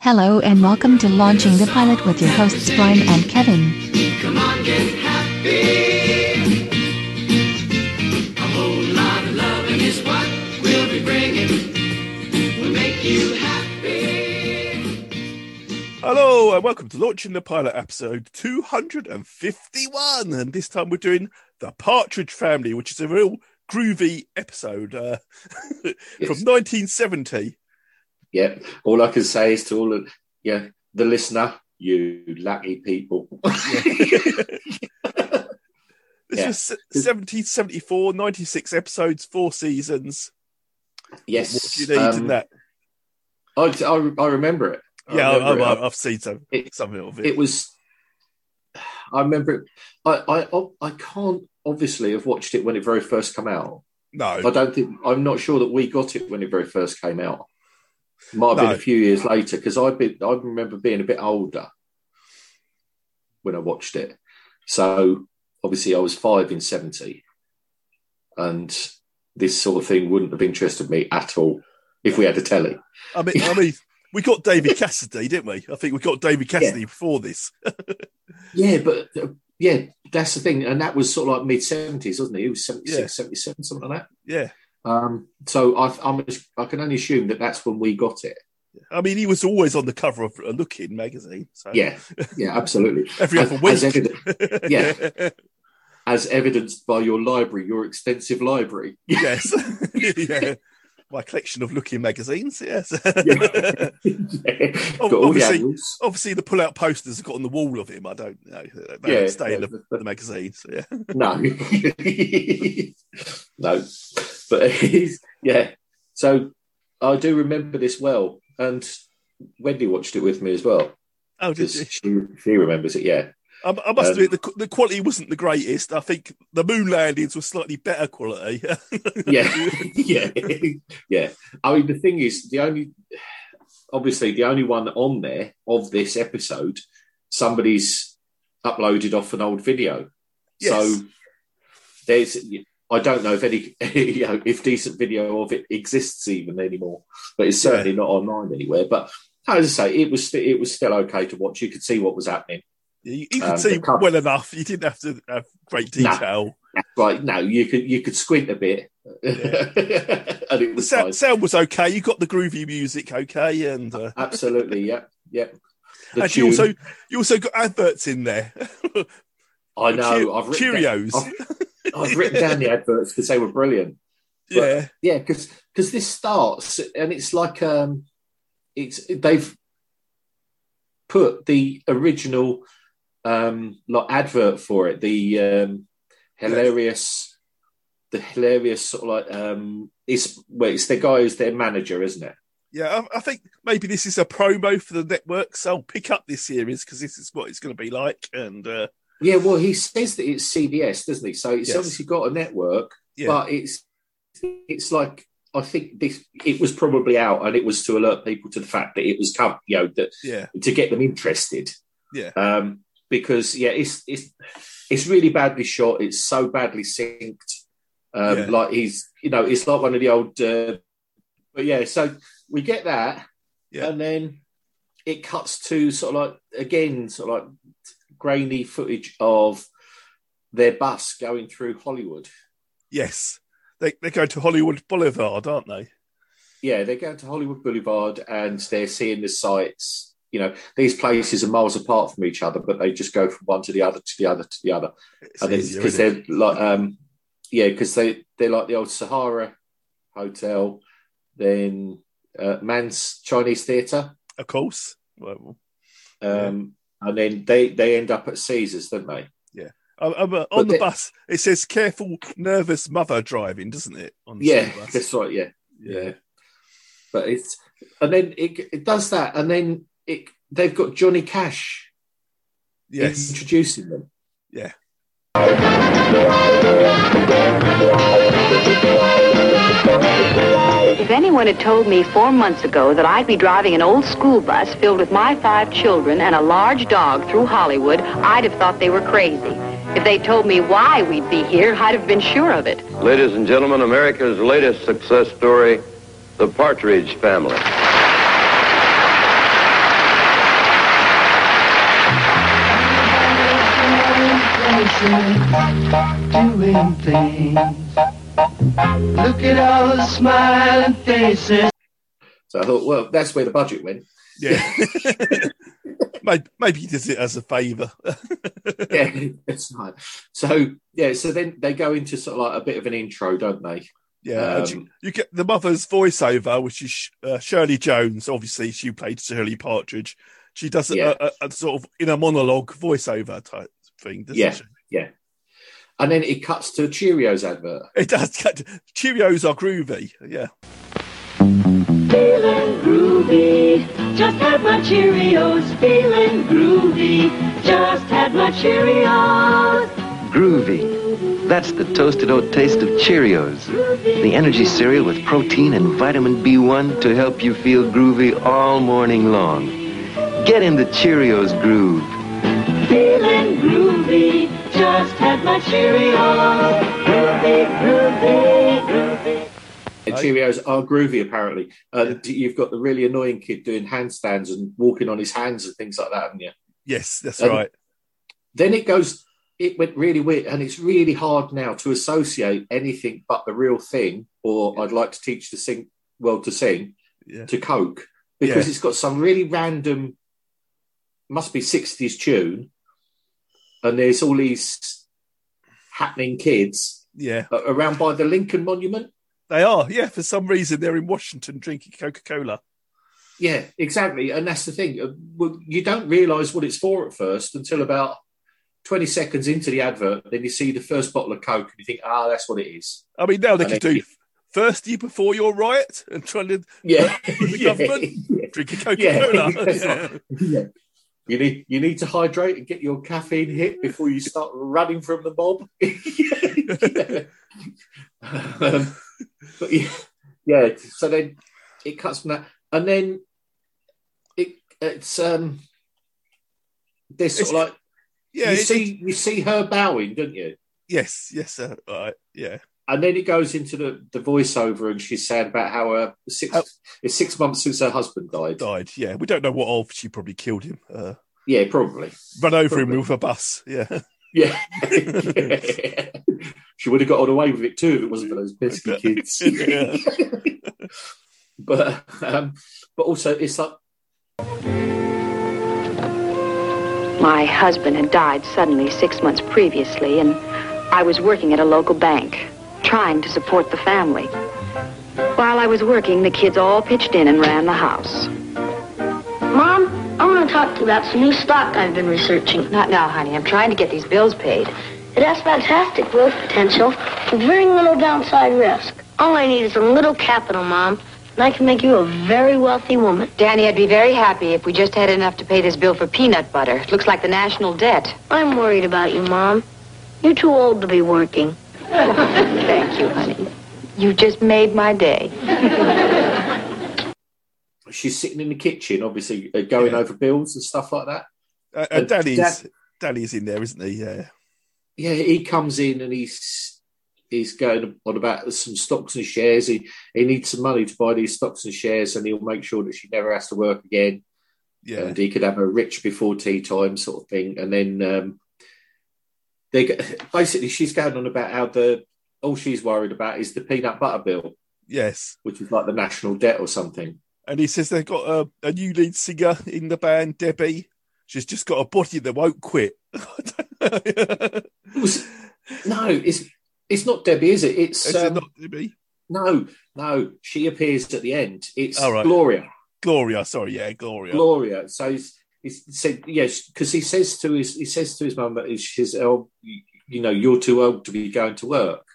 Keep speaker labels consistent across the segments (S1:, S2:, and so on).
S1: Hello and welcome to Launching the Pilot with your hosts Brian and Kevin.
S2: Come on, get happy. A whole lot of loving is what we'll be bringing. We'll make you happy.
S3: Hello and welcome to Launching the Pilot episode 251. And this time we're doing The Partridge Family, which is a real groovy episode uh, from
S4: Yes.
S3: 1970.
S4: Yeah. All I can say is to all of yeah, the listener, you lucky people.
S3: This
S4: Yeah.
S3: was 1774, 96 episodes, four seasons. What
S4: yes.
S3: do you need in
S4: um,
S3: that?
S4: I, I, I remember it. I
S3: Yeah, I,
S4: remember
S3: I,
S4: it.
S3: I've seen some,
S4: It-
S3: some of it.
S4: it was I remember it. I, I I can't obviously have watched it when it very first came out. I
S3: no,
S4: don't think I'm not sure that we got it when it very first came out. Might have
S3: No.
S4: been a few years later because I been I remember being a bit older when I watched it. So obviously I was five in seventy, and this sort of thing wouldn't have interested me at all if we had a telly.
S3: I mean, I mean, we got David Cassidy, didn't we? I think we got David Cassidy before this.
S4: Yeah, but uh, yeah, that's the thing, and that was sort of like mid seventies, wasn't it? It was 76,
S3: Yeah.
S4: 77, something like
S3: Yeah.
S4: that. Um, so I, I'm, I can only assume that that's when we got it.
S3: I mean, he was always on the cover of uh, Look In magazine. So
S4: Yeah, yeah, absolutely.
S3: Every other
S4: As- as
S3: week.
S4: evident- Yeah. as evidenced by your library, your extensive library.
S3: yes. yeah. My collection of looking magazines. Yes.
S4: Yeah. Got all the
S3: obviously-
S4: angles.
S3: Obviously, the pull-out posters have got on the wall of him. I don't know. They don't
S4: Yeah,
S3: stay in
S4: yeah,
S3: the,
S4: but-
S3: the magazines. Yeah.
S4: No, no, but he's, yeah. So I do remember this well, and Wendy watched it with me as well
S3: Oh, did
S4: because
S3: you?
S4: she she remembers it. Yeah,
S3: I, I must
S4: Um,
S3: admit the, qu- the quality wasn't the greatest. I think the moon landings were slightly better quality.
S4: yeah, yeah, yeah. I mean, the thing is, the only obviously the only one on there of this episode, somebody's uploaded off an old video.
S3: Yes.
S4: So there's, I don't know if any, you know, if decent video of it exists even anymore, but it's certainly not online anywhere. But as I say, it was st- it was still okay to watch. You could see what was happening.
S3: you, you could
S4: Um,
S3: see
S4: the cover-
S3: well enough. You didn't have to have great
S4: No.
S3: detail.
S4: Right now, you could you could squint a bit, and it
S3: The
S4: was
S3: sound,
S4: fine.
S3: sound was okay. You got the groovy music okay, and uh,
S4: absolutely, yeah, yeah. The
S3: and you
S4: tune,
S3: also you also got adverts in there.
S4: I know,
S3: Cheer-
S4: I've written
S3: Cheerios.
S4: I've written down the adverts because they were brilliant. but-
S3: yeah.
S4: Yeah, because this starts and it's like um, it's they've put the original um like advert for it, the um hilarious, the hilarious sort of like um, it's well, it's the guy who's their manager, isn't it?
S3: Yeah, I, I think maybe this is a promo for the network, so I'll pick up this series because this is what it's going to be like. And uh,
S4: Yeah, well, he says that it's CBS, doesn't he? So it's
S3: Yes.
S4: obviously got a network,
S3: Yeah.
S4: but it's it's like I think this it was probably out, and it was to alert people to the fact that it was come, you know, that
S3: yeah,
S4: to get them interested.
S3: Yeah.
S4: Um, because yeah, it's it's it's really badly shot. It's so badly synced. Um,
S3: Yeah.
S4: Like he's you know it's like one of the old. Uh, but yeah, so we get that,
S3: Yeah.
S4: and then it cuts to sort of like again sort of like grainy footage of their bus going through Hollywood.
S3: yes, they they go to Hollywood Boulevard, aren't they?
S4: yeah, they're going to Hollywood Boulevard and they're seeing the sights. You know, these places are miles apart from each other, but they just go from one to the other to the other to the other.
S3: It's
S4: And it's
S3: easier,
S4: because
S3: isn't it?
S4: they're like, um, yeah, because they they're like the old Sahara Hotel, then uh, Man's Chinese Theatre,
S3: of course. Well,
S4: um, and then they they end up at Caesar's, don't they?
S3: I, I'm, uh, on
S4: But
S3: the
S4: they-
S3: bus, it says "careful, nervous mother driving," doesn't it? On the
S4: Yeah,
S3: school Mm, bus.
S4: that's right. Yeah, yeah. But it's and then it it does that, and then it they've got Johnny Cash
S3: yes,
S4: introducing them.
S3: yeah.
S5: If anyone had told me four months ago that I'd be driving an old school bus filled with my five children and a large dog through Hollywood, I'd have thought they were crazy. If they told me why we'd be here, I'd have been sure of it.
S6: Ladies and gentlemen, America's latest success story, The Partridge Family.
S7: places, doing things. Look at all the smiling faces.
S4: So I thought, well, that's where the budget went.
S3: Yeah. maybe, maybe he does it as a favour.
S4: yeah, that's right. So yeah, so then they go into sort of like a bit of an intro, don't they?
S3: Yeah, and you,
S4: Um,
S3: you get the mother's voiceover, which is Sh- uh, Shirley Jones. Obviously, she played Shirley Partridge. She does a,
S4: Yeah.
S3: a, a sort of in a monologue voiceover type thing, doesn't
S4: Yeah.
S3: she?
S4: And then it cuts to a Cheerios advert.
S3: It does. Cheerios are groovy. Yeah,
S8: Feeling groovy, just had my Cheerios. Feeling groovy, just had my Cheerios.
S9: Groovy. That's the toasted oat taste of Cheerios. The energy cereal with protein and vitamin B1 to help you feel groovy all morning long. Get in the Cheerios groove.
S8: Feeling groovy, just had my Cheerios. Groovy, groovy, groovy.
S4: And
S3: Oh.
S4: Cheerios are groovy, apparently. Uh, You've got the really annoying kid doing handstands and walking on his hands and things like that, haven't you?
S3: yes, that's
S4: Um,
S3: right.
S4: Then it goes, it went really weird, and it's really hard now to associate anything but the real thing, or I'd like to teach the sing world to sing
S3: Yeah.
S4: to Coke, because
S3: Yeah.
S4: it's got some really random, must be 60s tune, and there's all these happening kids
S3: Yeah,
S4: uh, around by the Lincoln Monument.
S3: they are. Yeah, for some reason they're in Washington drinking Coca Cola.
S4: Yeah, exactly. And that's the thing. Uh, well, You don't realise what it's for at first until about 20 seconds into the advert. Then you see the first bottle of Coke and you think, ah, that's what it is.
S3: I mean, now they
S4: And
S3: could
S4: they-
S3: do thirsty before your riot and trying to
S4: Yeah.
S3: For the
S4: yeah.
S3: government? drink a Coca
S4: Yeah,
S3: Cola.
S4: that's right. yeah. You need, you need to hydrate and get your caffeine hit before you start running from the mob. Yeah. um, but yeah, yeah. So then it cuts from that. And then it it's. um there's sort
S3: It's-
S4: of like
S3: Yeah,
S4: you
S3: it-
S4: see, you see her bowing, don't you?
S3: yes, yes, sir. All right, yeah.
S4: And then it goes into the, the voiceover, and she's saying about how uh, six
S3: Oh.
S4: it's six months since her husband died.
S3: Died. Yeah, we don't know what of. She probably killed him. Uh,
S4: Yeah, probably.
S3: run over him
S4: Probably.
S3: with a bus. Yeah,
S4: Yeah. she would have got on away with it too if it wasn't for those pesky kids.
S3: Yeah.
S4: but um, but also it's like
S5: My husband had died suddenly six months previously, and I was working at a local bank, trying to support the family. While I was working, the kids all pitched in and ran the house.
S10: Mom, I want to talk to you about some new stock I've been researching.
S5: Not now, honey. I'm trying to get these bills paid.
S10: It has fantastic growth potential with very little downside risk. All I need is a little capital, Mom, and I can make you a very wealthy woman.
S5: Danny, I'd be very happy if we just had enough to pay this bill for peanut butter. It looks like the national debt.
S10: I'm worried about you, Mom. You're too old to be working.
S5: Thank you, honey. You just made my day.
S4: she's sitting in the kitchen, obviously uh, going
S3: Yeah.
S4: over bills and stuff like that.
S3: uh, and
S4: Uh,
S3: Danny's Danny's in there, isn't he? Yeah,
S4: yeah, he comes in and he's he's going on about some stocks and shares. He he needs some money to buy these stocks and shares, and he'll make sure that she never has to work again,
S3: yeah,
S4: and he could have her rich before tea time sort of thing. And then um, they go, basically she's going on about how the all she's worried about is the peanut butter bill,
S3: yes.
S4: which is like the national debt or something.
S3: And he says they've got a, a new lead singer in the band, Debbie. She's just got a body that won't quit.
S4: It was, no, it's it's not Debbie, is it? It's,
S3: Is it
S4: um,
S3: not Debbie?
S4: no, no. She appears at the end. It's
S3: All Oh, right.
S4: Gloria.
S3: Gloria, sorry, yeah, Gloria.
S4: Gloria. So he's, he's said yes because he says to his he says to his mum that she's oh you you know you're too old to be going to work.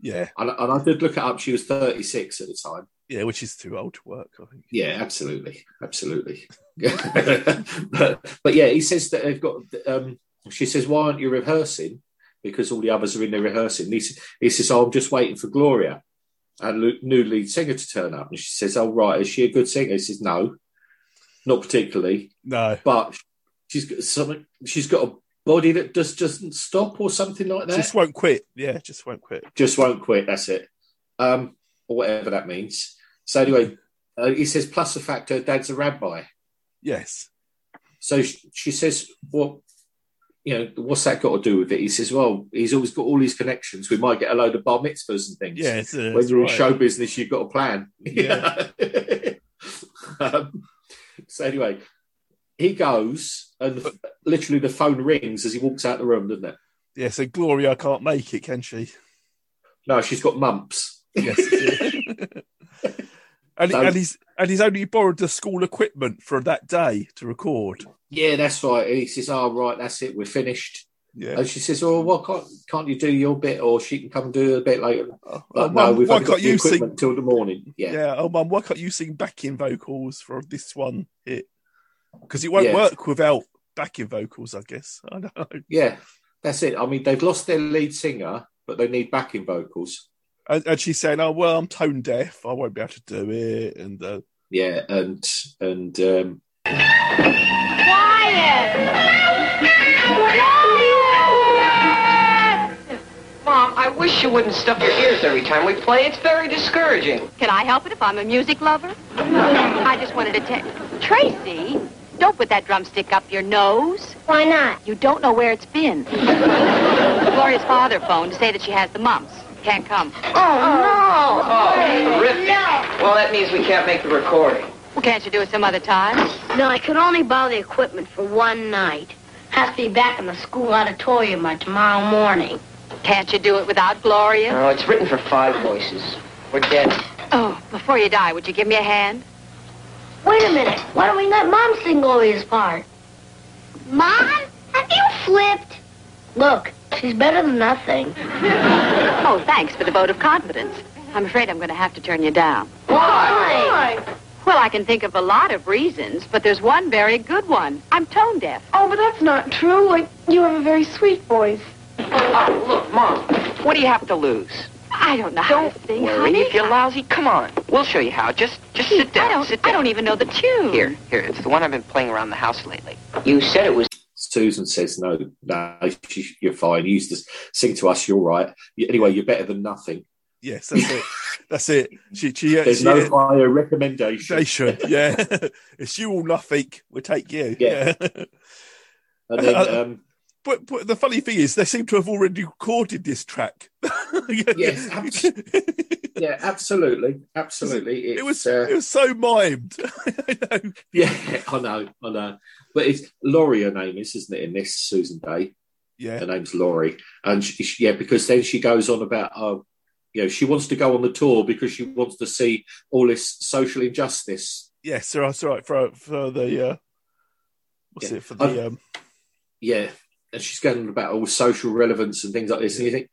S3: yeah,
S4: And, and I did look it up. She was 36 at the time.
S3: yeah, which is too old to work, I think.
S4: Yeah, absolutely, absolutely. but, but yeah, he says that they've got. Um, she says, "Why aren't you rehearsing?" Because all the others are in there rehearsing. And he, s- he says, "Oh, I'm just waiting for Gloria, our lu- new lead singer, to turn up." And she says, "Oh, right, is she a good singer?" He says, "No, not particularly."
S3: No,
S4: but she's got something. She's got a body that just doesn't stop, or something like that.
S3: just
S4: Just,
S3: won't quit. Yeah, just won't quit.
S4: won't quit. That's it, um, or whatever that means. So anyway, uh, he says. Plus the fact her dad's a rabbi.
S3: Yes,
S4: So she, she says, "Well, you know, what's that got to do with it? He says, well, he's always got all these connections. We might get a load of bar mitzvahs and things.
S3: Yeah, it's, uh,
S4: when
S3: it's
S4: you're
S3: right.
S4: in show business, you've got a plan.
S3: Yeah.
S4: um, so anyway, he goes and literally the phone rings as he walks out the room, doesn't it?
S3: Yeah, so Gloria can't make it, can she?
S4: No, she's got mumps.
S3: Yes. she- and,
S4: So-
S3: and he's and he's only borrowed the school equipment for that day to record.
S4: Yeah, that's right. He says, oh, right, that's it. We're finished.
S3: Yeah.
S4: And she says, oh, well, can't, can't you do your bit or she can come do a bit later?
S3: Oh,
S4: But no,
S3: Mum,
S4: we've
S3: why
S4: only got
S3: can't
S4: the
S3: you sing?
S4: equipment till the morning. Yeah.
S3: Yeah. Oh, mum, why can't you sing backing vocals for this one hit? Because it won't
S4: Yeah.
S3: work without backing vocals, I guess. I don't know.
S4: Yeah, that's it. I mean, they've lost their lead singer, but they need backing vocals.
S3: And, and she's saying, "Oh well, I'm tone deaf. I won't be able to do it." And uh,
S4: Yeah, and and um,
S11: Mom, I wish you wouldn't stuff your ears every time we play. It's very discouraging.
S5: Can I help it if I'm a music lover? I just wanted to tell Tracy, don't put that drumstick up your nose.
S10: Why not?
S5: You don't know where it's been. Gloria's father phoned to say that she has the mumps. Can't come.
S10: Oh,
S11: Oh, terrific. Well, that means we can't make the recording.
S5: Well, can't you do it some other time?
S10: no. No, I could only borrow the equipment for one night. Has to be back in the school auditorium by tomorrow morning.
S5: Can't you do it without Gloria?
S11: No, it's written for five voices. We're dead.
S5: Oh, before you die, would you give me a hand?
S10: Wait a minute. Why don't we let Mom sing Gloria's part? Mom? Have you flipped? Look, she's better than nothing.
S5: Oh, thanks for the vote of confidence. I'm afraid I'm going to have to turn you down.
S10: Why?
S5: Well, I can think of a lot of reasons, but there's one very good one. I'm tone deaf.
S12: Oh, but that's not true. Like, you have a very sweet voice.
S11: Oh, look, Mom, what do you have to lose?
S5: I don't know how
S11: Don't
S5: to sing,
S11: worry.
S5: honey.
S11: If you're lousy, come on. We'll show you how. Just just sit down.
S5: I don't.
S11: sit
S5: I
S11: down.
S5: don't even know the tune.
S11: Here, here. It's the one I've been playing around the house lately. You said it was
S4: Susan says, "No, no, she, you're fine. You used to sing to us. You're right. You- Anyway, you're better than nothing.
S3: yes, that's it. That's it. She, she, uh,
S4: There's
S3: she,
S4: no higher recommendation."
S3: Nation, yeah. it's you all nothing. We'll take you.
S4: Yeah. And then, um,
S3: But, but the funny thing is, they seem to have already recorded this track.
S4: Yes, abs- yeah, absolutely, absolutely. It's,
S3: it was
S4: uh,
S3: it was so mimed. I know.
S4: yeah, I know, I know. But it's Laurie. Her name is, isn't it? In this, Susan Day.
S3: yeah,
S4: her name's Laurie, and she, she- yeah, because then she goes on about, oh, you know, she wants to go on the tour because she wants to see all this social injustice.
S3: yes, yeah, that's right for for the uh, what's
S4: Yeah.
S3: it for the um,
S4: Yeah, and she's going on about all social relevance and things like this. And you think,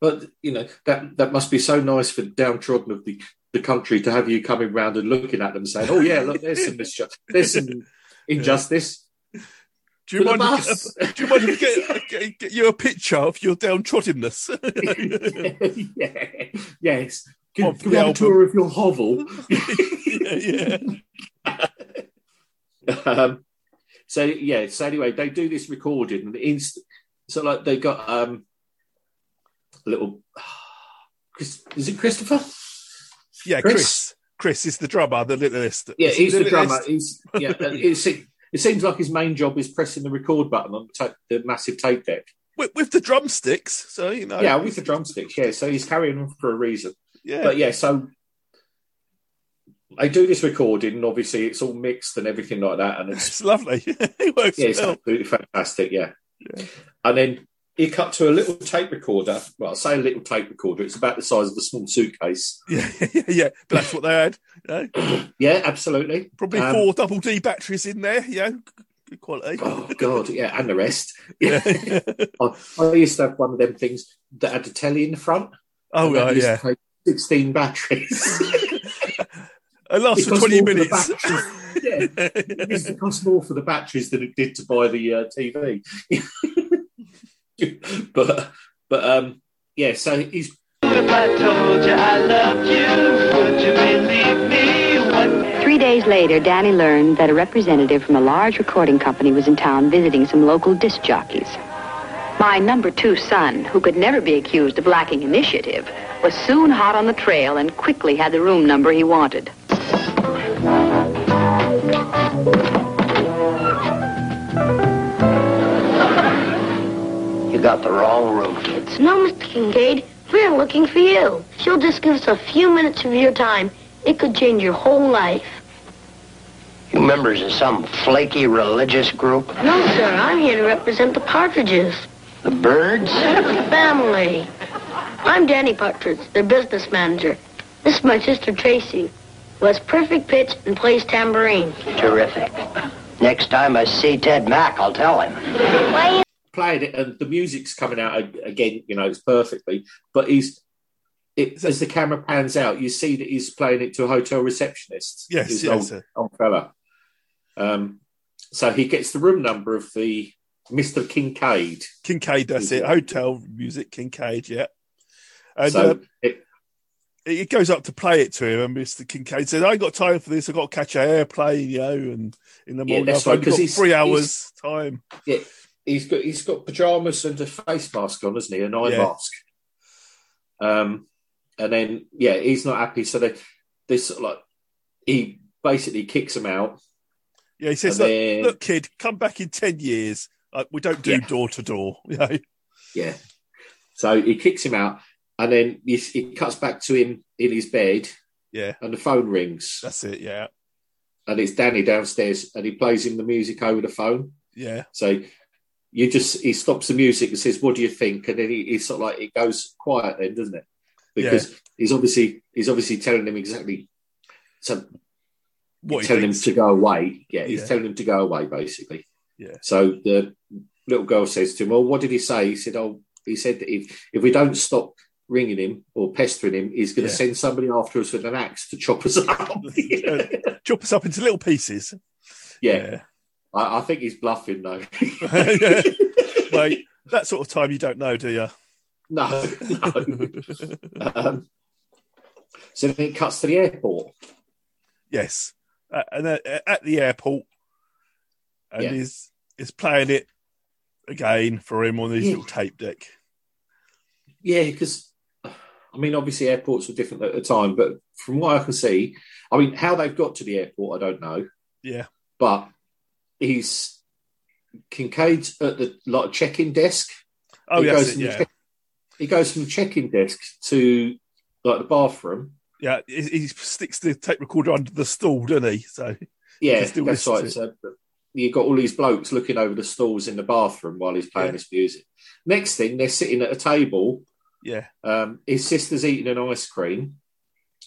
S4: but you know, that that must be so nice for the downtrodden of the the country to have you coming round and looking at them, saying, "Oh yeah, look, there's some misju- there's some injustice."
S3: Do you
S4: For the
S3: mind? If,
S4: bus.
S3: uh, do you mind if we get, get, get you a picture of your downtroddenness? yeah,
S4: yeah, yes. Can,
S3: Of the
S4: can we have a
S3: album.
S4: tour of your hovel?
S3: yeah,
S4: um, so yeah so anyway they do this recording and inst- so like they got um a little Chris, is it christopher
S3: yeah. Chris.
S4: Chris?
S3: Chris, is the drummer, the littlest.
S4: yeah he's the
S3: Littlest.
S4: drummer he's yeah and it, se- it seems like his main job is pressing the record button on the, ta- the massive tape deck
S3: with, with the drumsticks. So you know,
S4: yeah with the drumsticks yeah so he's carrying them for a reason
S3: yeah.
S4: but yeah so they do this recording and obviously it's all mixed and everything like that and it's
S3: It's lovely. it works
S4: Yeah, it's
S3: well.
S4: absolutely fantastic. Yeah. And then he cut to a little tape recorder. Well, I say a little tape recorder. It's about the size of a small suitcase.
S3: Yeah, yeah, yeah. But that's what they had. You know?
S4: Yeah, absolutely.
S3: Probably
S4: Um,
S3: four double D batteries in there. Yeah, good quality.
S4: Oh God, yeah, and the rest.
S3: Yeah.
S4: Yeah. I, I used to have one of them things that had a telly in the front.
S3: oh
S4: and that
S3: right,
S4: used to
S3: yeah.
S4: take Sixteen batteries.
S3: It lasts
S4: It
S3: for
S4: costs
S3: twenty
S4: more for the
S3: minutes.
S4: batteries. it used to cost more for the batteries than it did to buy the uh, TV. but but um yeah, so he's
S7: If I told you I loved you, would you believe me? What?
S5: Three days later, Danny learned that a representative from a large recording company was in town visiting some local disc jockeys. My number two son, who could never be accused of lacking initiative, was soon hot on the trail and quickly had the room number he wanted.
S6: got the wrong route.
S10: It's no, Mr. Kincaid. We're looking for you. She'll just give us a few minutes of your time. It could change your whole life.
S6: You members of some flaky religious group?
S10: No, sir. I'm here to represent the Partridges.
S6: The birds?
S10: The family. I'm Danny Partridge, their business manager. This is my sister Tracy, who has perfect pitch and plays tambourine.
S6: Terrific. Next time I see Ted Mack, I'll tell him.
S4: playing it and the music's coming out a- again you know it's perfectly but he's it, as the camera pans out you see that he's playing it to a hotel receptionist
S3: Yes,
S4: He's
S3: yes,
S4: an old,
S3: sir.
S4: old fella um so he gets the room number of the mr kincaid
S3: Kincaid, that's it. Hotel music, Kincaid, yeah. And
S4: So,
S3: um, it, goes up to play it to him, and Mr. Kincaid says, "I ain't got time for this. I got to catch an airplane, you know, and in the
S4: yeah
S3: morning
S4: that's
S3: I've only
S4: right because
S3: got
S4: he's
S3: three hours time
S4: yeah he's got he's got pajamas and a face mask on hasn't he an eye
S3: Yeah.
S4: mask um and then yeah he's not happy so they this sort of like he basically kicks him out
S3: Yeah, he says,
S4: And
S3: "Look,
S4: then-
S3: look, kid, come back in ten years. Uh, we don't do door to door." You know?
S4: Yeah. So he kicks him out, and then he, he cuts back to him in his bed.
S3: Yeah.
S4: And the phone rings.
S3: That's it. Yeah.
S4: And it's Danny downstairs, and he plays him the music over the phone.
S3: Yeah.
S4: So you just he stops the music and says, "What do you think?" And then he, he sort of like it goes quiet, then doesn't it? Because he's obviously he's obviously telling him exactly. So
S3: What he
S4: telling him
S3: thinks.
S4: to go away. Yeah, he's
S3: Yeah.
S4: telling him to go away basically.
S3: Yeah.
S4: So the little girl says to him, "Well, what did he say?" He said, "Oh, he said that if if we don't stop ringing him or pestering him, he's going to
S3: Yeah.
S4: send somebody after us with an axe to chop us up." yeah,
S3: Chop us up into little pieces.
S4: I, I think he's bluffing though.
S3: Yeah. Mate, that sort of time you don't know, do you?
S4: no, no. um, so then it cuts to the airport.
S3: Yes. Uh, and uh, at the airport, and
S4: Yeah.
S3: he's is playing it again for him on his
S4: Yeah.
S3: little tape deck.
S4: Yeah, because I mean, obviously airports were different at the time, but from what I can see, I mean, how they've got to the airport, I don't know.
S3: Yeah.
S4: But he's Kincaid's at the like check-in desk.
S3: Oh, that's it,
S4: from the
S3: yeah.
S4: check- he goes from the check-in desk to like the bathroom.
S3: Yeah, he, he sticks the tape recorder under the stool, doesn't he? So
S4: Yeah,
S3: Just do
S4: that's
S3: listen
S4: right.
S3: to
S4: So you've got all these blokes looking over the stalls in the bathroom while he's playing
S3: Yeah.
S4: this music. Next thing, they're sitting at a table
S3: yeah,
S4: Um, his sister's eating an ice cream,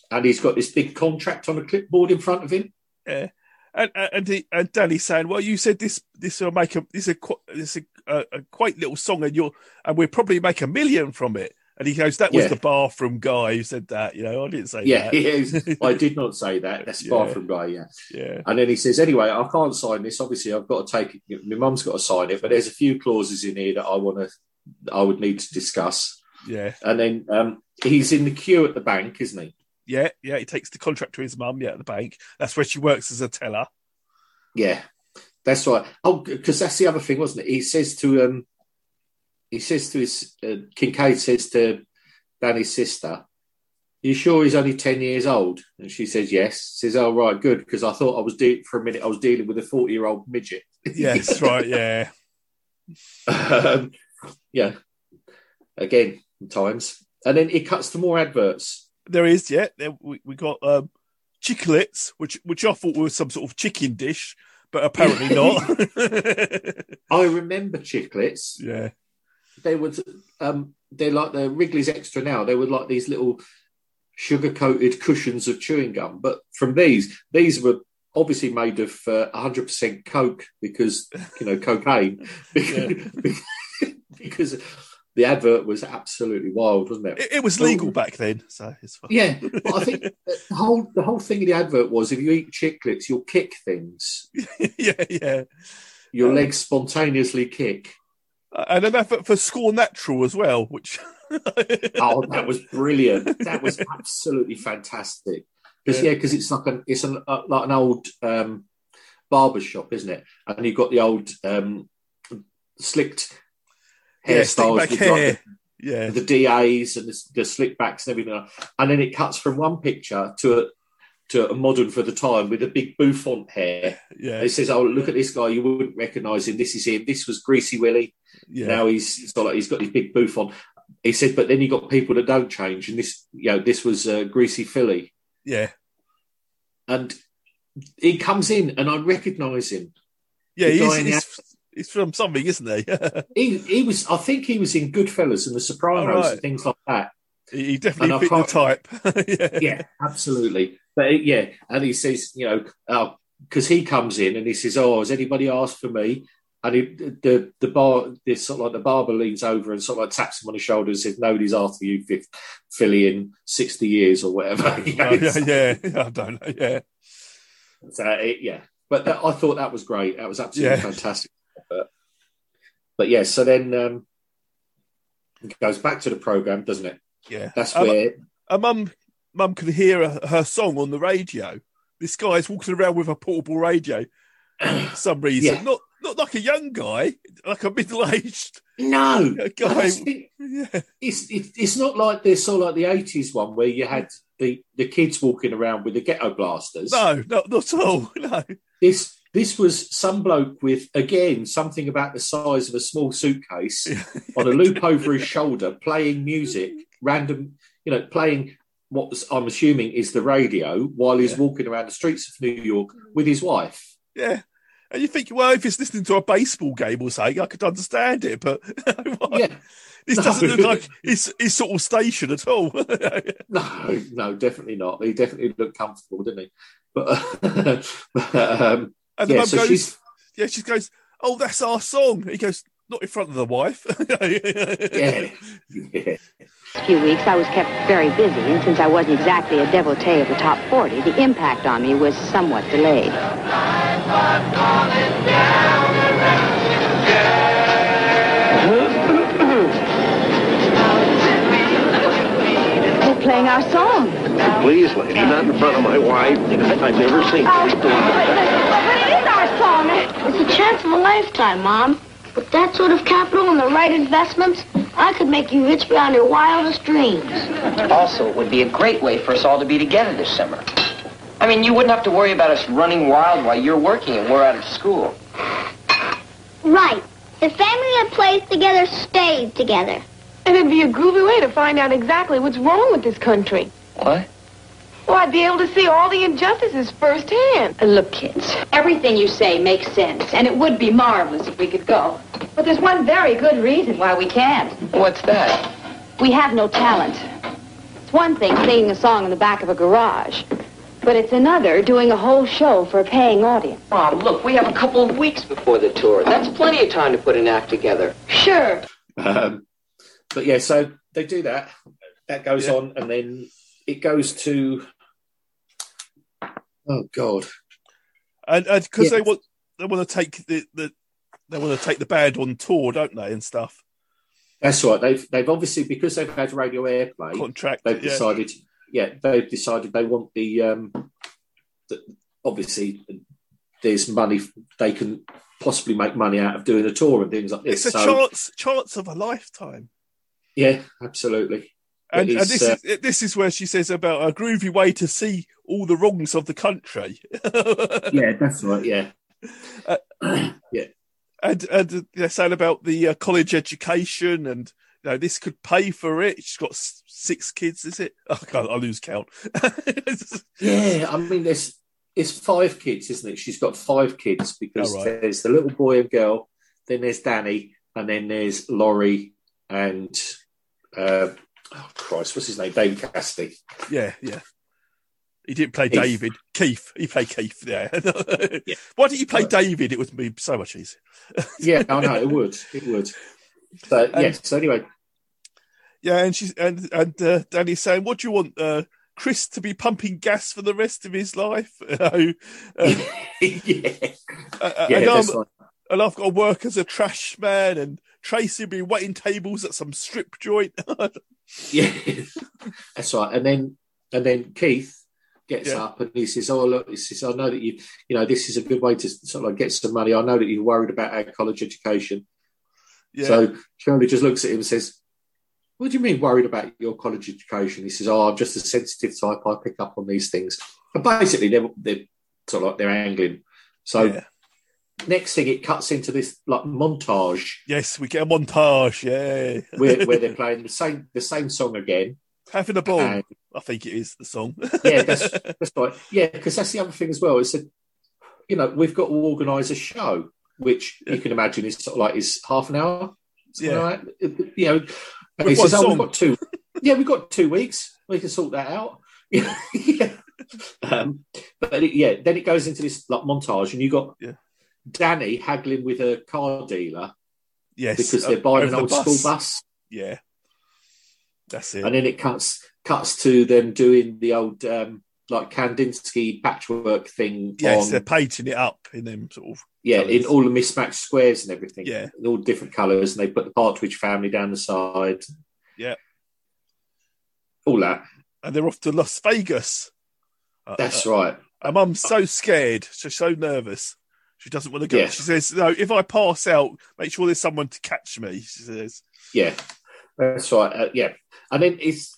S4: and he's got this big contract on a clipboard in front of him.
S3: yeah. And uh, and and, he, and Danny's saying, "Well, you said this this will make a this a qu- this a, a, a quite little song, and you'll and we'll probably make a million from it." And he goes, "That was
S4: Yeah.
S3: the bathroom guy who said that. You know, I didn't say
S4: Yeah,
S3: that.
S4: he is. I did not say that. That's
S3: Yeah.
S4: bathroom guy. Yeah.
S3: yeah,
S4: And then he says, anyway, I can't sign this. Obviously, I've got to take it. My mum's got to sign it, but there's a few clauses in here that I want to, I would need to discuss.
S3: yeah,
S4: And then um, he's in the queue at the bank, isn't he?
S3: yeah, yeah." He takes the contract to his mum, yeah, at the bank. That's where she works as a teller.
S4: Yeah, that's right. Oh, because that's the other thing, wasn't it? He says to um, he says to his uh, Kincaid says to Danny's sister, "You sure he's only ten years old?" And she says, "Yes." Says, "Oh, right, good," because I thought I was de- for a minute I was dealing with a forty-year-old midget.
S3: Yes, right, yeah,
S4: um, yeah. Again, times, and then it cuts to more adverts.
S3: there is. Yeah, there, we we got um, chicklets, which which I thought was some sort of chicken dish, but apparently not.
S4: I remember chiclets.
S3: yeah,
S4: they would um they're like the Wrigley's extra now. They were like these little sugar coated cushions of chewing gum. But from these, these were obviously made of uh, hundred percent coke because you know cocaine because, because the advert was absolutely wild, wasn't it?
S3: it, it was legal back then, so it's fine.
S4: Oh. Yeah, but I think that the whole the whole thing of the advert was if you eat chiclets, you'll kick things.
S3: yeah, yeah.
S4: Your
S3: Um,
S4: legs spontaneously kick.
S3: And an effort for Score Natural as well, which
S4: oh, that was brilliant. That was absolutely fantastic. Because yeah, because it's like an it's an uh, like an old um, barber shop, isn't it? And you've got the old um, slicked
S3: yeah, stick
S4: hairstyles
S3: back
S4: with
S3: hair.
S4: like
S3: Yeah,
S4: the, the DAs and the, the slick backs and everything. like- And then it cuts from one picture to a to a modern for the time with a big bouffant hair.
S3: Yeah.
S4: And he says, "Oh, look at this guy. You wouldn't recognise him. This is him. This was Greasy Willie.
S3: Yeah.
S4: Now he's it's got like he's got his big bouffant." He said, "But then you got people that don't change, and this, you know, this was uh, Greasy Philly,
S3: Yeah.
S4: and he comes in, and I recognise him.
S3: Yeah,
S4: The
S3: he
S4: guy
S3: is,
S4: in the
S3: he's, he's from something, isn't he?
S4: He, he was, I think he was in Goodfellas and The Sopranos
S3: All Oh, right.
S4: and things like that.
S3: He he definitely
S4: And I
S3: fit the
S4: can't-
S3: type. yeah.
S4: yeah, absolutely. But uh, yeah, and he says, you know, because he comes in and he says, "Oh, has anybody asked for me?" And he, the the bar, this sort of like the barber leans over and sort of like taps him on the shoulder and says, "Nobody's asked for you, fifth Philly, in sixty years or whatever." You know,
S3: Oh, yeah, yeah, yeah, I don't know. Yeah,
S4: so it, yeah, but that, I thought that was great. That was absolutely
S3: Yeah.
S4: fantastic. But, but yeah, so then um, it goes back to the program, doesn't it?
S3: yeah.
S4: That's
S3: Um,
S4: where
S3: a mum mum could hear her, her song on the radio. This guy's walking around with a portable radio for some reason.
S4: Yeah.
S3: Not not like a young guy, like a middle aged
S4: no,
S3: guy.
S4: that's the-
S3: Yeah.
S4: it's it, it's not like this or like the eighties one where you had the, the kids walking around with the ghetto blasters.
S3: No, no, not at all. No.
S4: This this was some bloke with again something about the size of a small suitcase on a loop over his shoulder playing music, random you know, playing what was, I'm assuming is the radio while he's walking around the streets of New York with his wife.
S3: Yeah. And you think, well, if it's listening to a baseball game or something, I could understand it, but what?
S4: Yeah.
S3: this
S4: No.
S3: doesn't look like it's it's sort of station at all.
S4: No, no, definitely not. He definitely looked comfortable, didn't he? But, but, um,
S3: And the
S4: yeah,
S3: mum
S4: so
S3: goes,
S4: she's
S3: yeah, she goes, Oh, that's our song. He goes, Not in front of the wife.
S4: yeah, yeah.
S5: last few weeks, I was kept very busy, and since I wasn't exactly a devotee of the top 40, the impact on me was somewhat delayed. They're playing our song.
S9: Please, lady, not in front of my wife. I've never seen anything like that.
S5: But it is our song.
S10: It's a chance of a lifetime, Mom. With that sort of capital and the right investments, I could make you rich beyond your wildest dreams.
S11: Also, it would be a great way for us all to be together this summer. I mean, you wouldn't have to worry about us running wild while you're working and we're out of school.
S12: Right. The family that plays together stays together. And it'd be a groovy way to find out exactly what's wrong with this country.
S11: What?
S12: Well, I'd be able to see all the injustices firsthand.
S5: Uh, Look, kids, everything you say makes sense, and it would be marvelous if we could go. But there's one very good reason why we can't.
S11: What's that?
S5: We have no talent. It's one thing singing a song in the back of a garage, but it's another doing a whole show for a paying audience.
S11: Mom, look, we have a couple of weeks before the tour. That's plenty of time to put an act together.
S5: Sure.
S4: Um, but yeah, so they do that. That goes on, and then it goes to. Oh God!
S3: and because
S4: Yeah.
S3: they want they want to take the, the they want to take the band on tour, don't they, and stuff.
S4: That's right. They've they've obviously because they've had radio airplay.
S3: Contract.
S4: They've
S3: yeah.
S4: decided, yeah, they've decided they want the. Um, the obviously, there's money they can possibly make money out of doing a tour and things like this.
S3: It's a
S4: so,
S3: chance chance of a lifetime.
S4: Yeah, absolutely.
S3: And,
S4: It
S3: and
S4: is,
S3: this
S4: uh,
S3: is this is where she says about a groovy way to see all the wrongs of the country.
S4: yeah, that's right. Yeah, yeah.
S3: and and they're saying about the uh, college education and you know this could pay for it. She's got s- six kids, is it? Oh, God, I lose count.
S4: Yeah, I mean, there's it's five kids, isn't it? She's got five kids because
S3: Oh, right.
S4: there's the little boy and girl, then there's Danny, and then there's Laurie and uh, oh Christ, what's his name? Dave Cassidy.
S3: yeah, yeah. He didn't play
S4: Keith.
S3: David. Keith. He played Keith. Yeah. Why didn't you play David? It would be so much easier.
S4: Yeah, I know it would, it would. So
S3: And-
S4: yes. So anyway,
S3: Yeah, and she's and and uh, Danny's saying, "What do you want, uh, Chris, to be pumping gas for the rest of his life?" You know, uh,
S4: yeah,
S3: uh,
S4: yeah,
S3: and, I'm,
S4: that's right.
S3: and I've got to work as a trash man, and Tracy be waiting tables at some strip joint.
S4: yeah, that's right. And then and then Keith gets
S3: Yeah.
S4: up and he says, "Oh look, he says, I know that you, you know, this is a good way to sort of like get some money. I know that you're worried about our college education."
S3: yeah,
S4: So Shirley just looks at him and says, What do you mean worried about your college education? He says, Oh, I'm just a sensitive type. I pick up on these things. But basically, they're, they're sort of like they're angling. So next thing, it cuts into this like montage.
S3: Yes, we get a montage. Yeah,
S4: where, where they're playing the same the same song again.
S3: having a ball.
S4: And-
S3: I think it is the song.
S4: yeah, that's, that's right. Yeah, because that's the other thing as well. Is that you know we've got to organise a show, which you can imagine is sort of like is half an hour.
S3: Yeah.
S4: Yeah, right? you know, and
S3: With
S4: he says,
S3: one
S4: "Oh,
S3: song."
S4: we've got two. Yeah, we've got two weeks. We can sort that out." yeah. Um, but it- yeah, then it goes into this like montage, and you got Danny haggling with a car dealer
S3: yes,
S4: because
S3: uh,
S4: they're buying
S3: over
S4: an
S3: the
S4: old school bus.
S3: Yeah, that's it.
S4: And then it cuts cuts to them doing the old um, like Kandinsky patchwork thing.
S3: yes,
S4: on,
S3: they're painting it up in them sort of.
S4: yeah,
S3: colours.
S4: in all the mismatched squares and everything.
S3: Yeah.
S4: all different colours, and they put the Partridge Family down the side.
S3: Yeah.
S4: all that.
S3: And they're off to Las Vegas. Uh,
S4: That's
S3: uh,
S4: right.
S3: And mum's so scared. She's so nervous. She doesn't want to go.
S4: Yeah.
S3: She says, "No, if I pass out, make sure there's someone to catch me." She says,
S4: Yeah, that's right. Uh, yeah, and then it's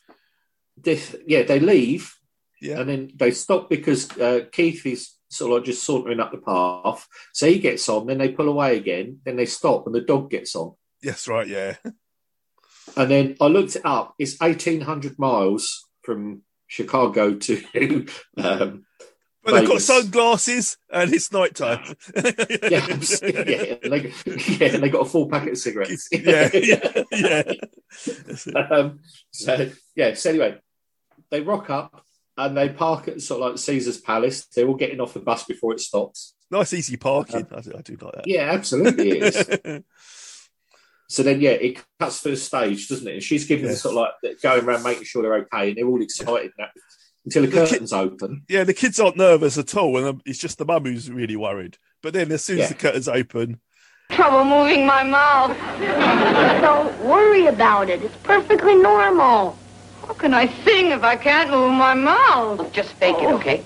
S4: this. Yeah, they leave.
S3: Yeah.
S4: and then they stop because uh, Keith is sort of like just sauntering up the path. So he gets on. Then they pull away again. Then they stop, and the dog gets on.
S3: "Yes, right, yeah,
S4: And then I looked it up. It's eighteen hundred miles from Chicago to. Um,
S3: But they've got
S4: Vegas.
S3: sunglasses and it's night time.
S4: yeah, yeah, and they, yeah, and they got a full packet of cigarettes.
S3: Yeah, yeah, yeah.
S4: um, so yeah, so anyway, they rock up and they park at sort of like Caesar's Palace. They're all getting off the bus before it stops.
S3: Nice, easy parking. I, do- I do like that.
S4: Uh, Yeah, absolutely it is. So then, yeah, it cuts to the stage, doesn't it? And she's giving
S3: Yeah.
S4: them sort of like going around making sure they're okay, and they're all excited and that, until the curtains open.
S3: yeah, the kids aren't nervous at all, and um, it's just the mum who's really worried. But then, as soon as the curtains open,
S12: Trouble moving my mouth.
S10: Don't worry about it. It's perfectly normal.
S5: How can I sing if I can't move my mouth?
S11: Look, just fake it, okay?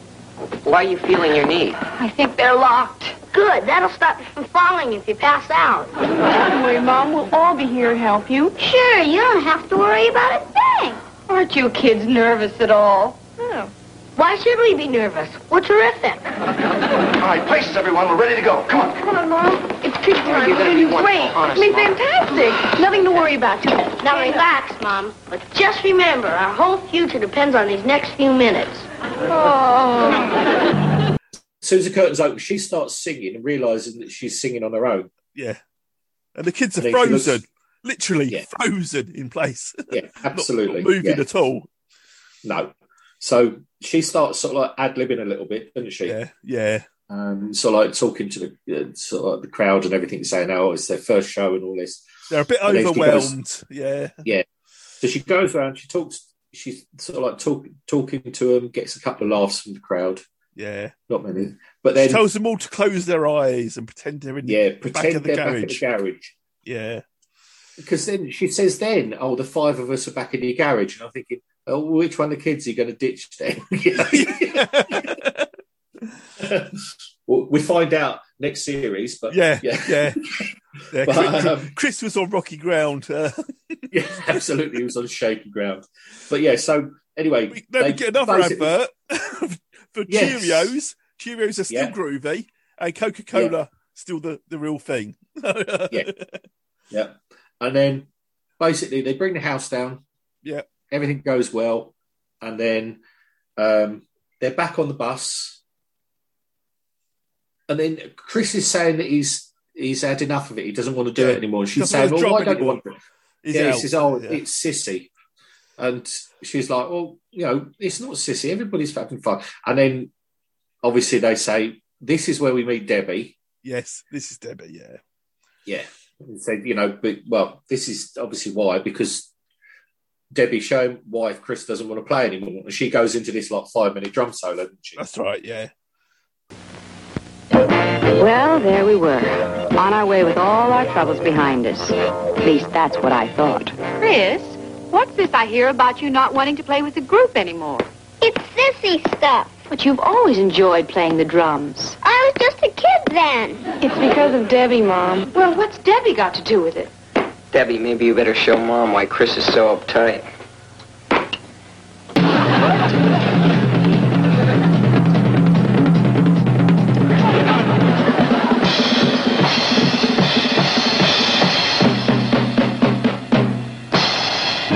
S11: Why are you feeling your knee?
S10: I think they're locked. Good. That'll stop you from falling if you pass out.
S12: Don't worry, Mom. We'll all be here to help you.
S10: Sure, you don't have to worry about a thing.
S5: Aren't you kids nervous at all?
S10: Oh. Why should we be nervous? We're terrific.
S6: All right, places, everyone. We're ready to go. Come on.
S12: Come on, Mom. It's kid time. It's
S6: You're gonna
S12: going
S6: be
S12: to be
S6: wonderful,
S12: great.
S6: honest,
S12: It's been fantastic. Nothing to worry about. Too.
S10: Now relax, Mom. But just remember, our whole future depends on these next few minutes.
S12: Oh.
S4: As soon as the curtains open, she starts singing and realizing that she's singing on her own.
S3: yeah, and the kids are
S4: They
S3: frozen,
S4: looks-
S3: literally frozen in place.
S4: Yeah, absolutely.
S3: not moving
S4: yeah.
S3: at all.
S4: No. So she starts sort of like ad libbing a little bit, doesn't she?
S3: Yeah, yeah,
S4: Um, so like talking to the uh, sort of like the crowd and everything, saying, "Oh, it's their first show and all this."
S3: they're a bit
S4: And then she
S3: overwhelmed. Yeah,
S4: goes- yeah. So she goes around. She talks. She's sort of like talk, talking to them, gets a couple of laughs from the crowd.
S3: yeah.
S4: Not many, but then
S3: she tells them all to close their eyes and pretend they're in
S4: yeah,
S3: the back
S4: pretend
S3: of the
S4: they're back at
S3: garage.
S4: the garage.
S3: Yeah,
S4: Because then she says, "Then oh, the five of us are back in the garage," and I'm thinking, "Oh, which one of the kids are you going to ditch then?" Well, we find out next series, but
S3: yeah, yeah. Yeah,
S4: But,
S3: Chris,
S4: um,
S3: Chris was on rocky ground. Uh,
S4: yeah, absolutely. It was on shaky ground. But yeah, so anyway,
S3: Then we
S4: they
S3: get another
S4: basically-
S3: advert for
S4: Yes.
S3: Cheerios. Cheerios are still
S4: Yeah.
S3: groovy, and Coca Cola still the, the real thing.
S4: Yeah. Yeah. And then basically they bring the house down.
S3: Yeah.
S4: Everything goes well. And then um, they're back on the bus. And then Chris is saying that he's he's had enough of it. He doesn't want to do it anymore. And she's
S3: Doesn't want
S4: saying,
S3: his job
S4: Well, why don't you want
S3: anymore."
S4: it?
S3: He's
S4: yeah,
S3: out.
S4: he says, Oh,
S3: Yeah.
S4: it's sissy. And she's like, Well, you know, it's not sissy. Everybody's fucking fine. And then obviously they say, This is where we meet Debbie.
S3: Yes, this is Debbie. Yeah,
S4: Yeah. And said, you know, but well, this is obviously why, because Debbie shown why Chris doesn't want to play anymore. And she goes into this like five minute drum solo, doesn't she?
S3: that's right. Yeah,
S5: Well, there we were, on our way with all our troubles behind us. At least that's what I thought.
S12: Chris, what's this I hear about you not wanting to play with the group anymore?
S10: It's sissy stuff.
S5: But you've always enjoyed playing the drums.
S10: I was just a kid then.
S5: It's because of Debbie, Mom. Well, what's Debbie got to do with it?
S11: Debbie, maybe you better show Mom why Chris is so uptight.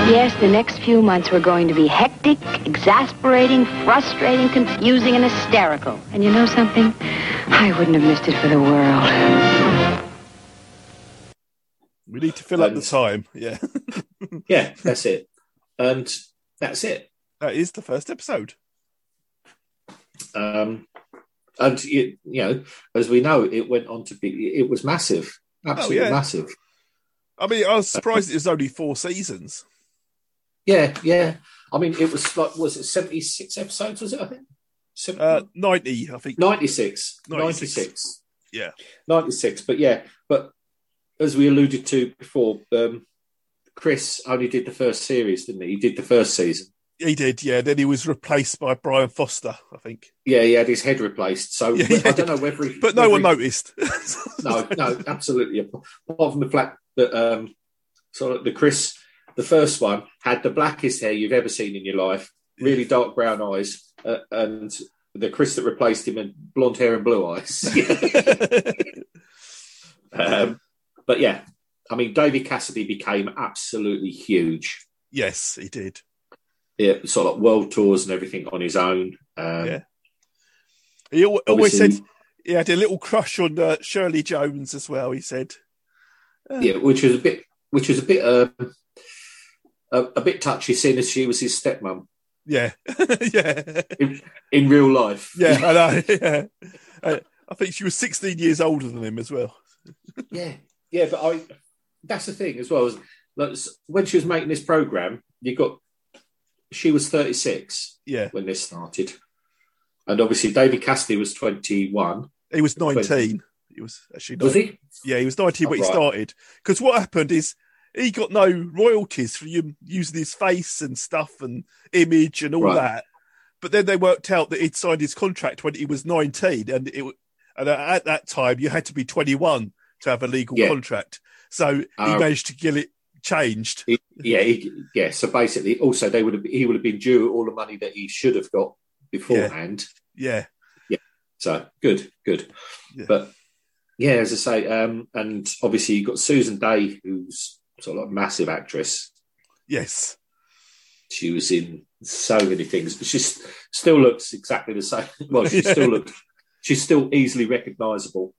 S5: Yes, the next few months were going to be hectic, exasperating, frustrating, confusing, and hysterical. And you know something? I wouldn't have missed it for the world.
S3: We need to fill up the time. Yeah.
S4: yeah, that's it. And that's it.
S3: That is the first episode.
S4: Um, and you, you know, as we know, it went on to be. It was massive, absolutely
S3: Oh, yeah.
S4: massive.
S3: I mean, I was surprised it was only four seasons.
S4: Yeah, yeah. I mean, it was like, was it seventy six episodes? Was it? I think
S3: Uh, 90, I think.
S4: 96,
S3: 96.
S4: 96.
S3: Yeah.
S4: 96. But yeah, but as we alluded to before, um, Chris only did the first series, didn't he? He did the first season.
S3: He did, yeah. Then he was replaced by Brian Foster, I think.
S4: Yeah, he had his head replaced. So I don't know whether he.
S3: But no
S4: whether
S3: one
S4: he-
S3: noticed.
S4: no, no, absolutely. Apart from the fact that um, sort of the Chris, the first one, had the blackest hair you've ever seen in your life, really dark brown eyes, uh, and the Chris that replaced him had blonde hair and blue eyes. um, but yeah, I mean, David Cassidy became absolutely huge.
S3: Yes, he did.
S4: Yeah, sort of like world tours and everything on his own. Um,
S3: Yeah. He al- always
S4: Obviously-
S3: said he had a little crush on uh, Shirley Jones as well, he said.
S4: yeah, which was a bit, which was a bit, uh, a, a bit touchy, seeing as she was his stepmom
S3: Yeah. yeah.
S4: in, in real life.
S3: Yeah, I know. Yeah. Uh, I think she was 16 years older than him as well.
S4: yeah, yeah. But I, that's the thing as well. Is that s- when she was making this program, you got she was thirty six.
S3: Yeah.
S4: when this started, and obviously David Cassidy was twenty one.
S3: He was 19. He was actually
S4: Was
S3: 19.
S4: he? Oh,
S3: Yeah, he was 19 when he
S4: Right.
S3: started. Because what happened is he got no royalties for him using his face and stuff and image and all
S4: Right.
S3: that. But then they worked out that he'd signed his contract when he was 19. And it w- and at that time, you had to be 21 to have a legal
S4: Yeah.
S3: contract. So he
S4: Oh.
S3: managed to get it changed.
S4: Yeah, he, yeah. So basically, also they would have he would have been due all the money that he should have got beforehand.
S3: Yeah.
S4: So good, good. But yeah, as I say, um, and obviously you got Susan Day, who's sort of like a massive actress.
S3: Yes.
S4: She was in so many things, but she s- still looks exactly the same. Well, she
S3: Yeah.
S4: still looks, she's still easily recognisable.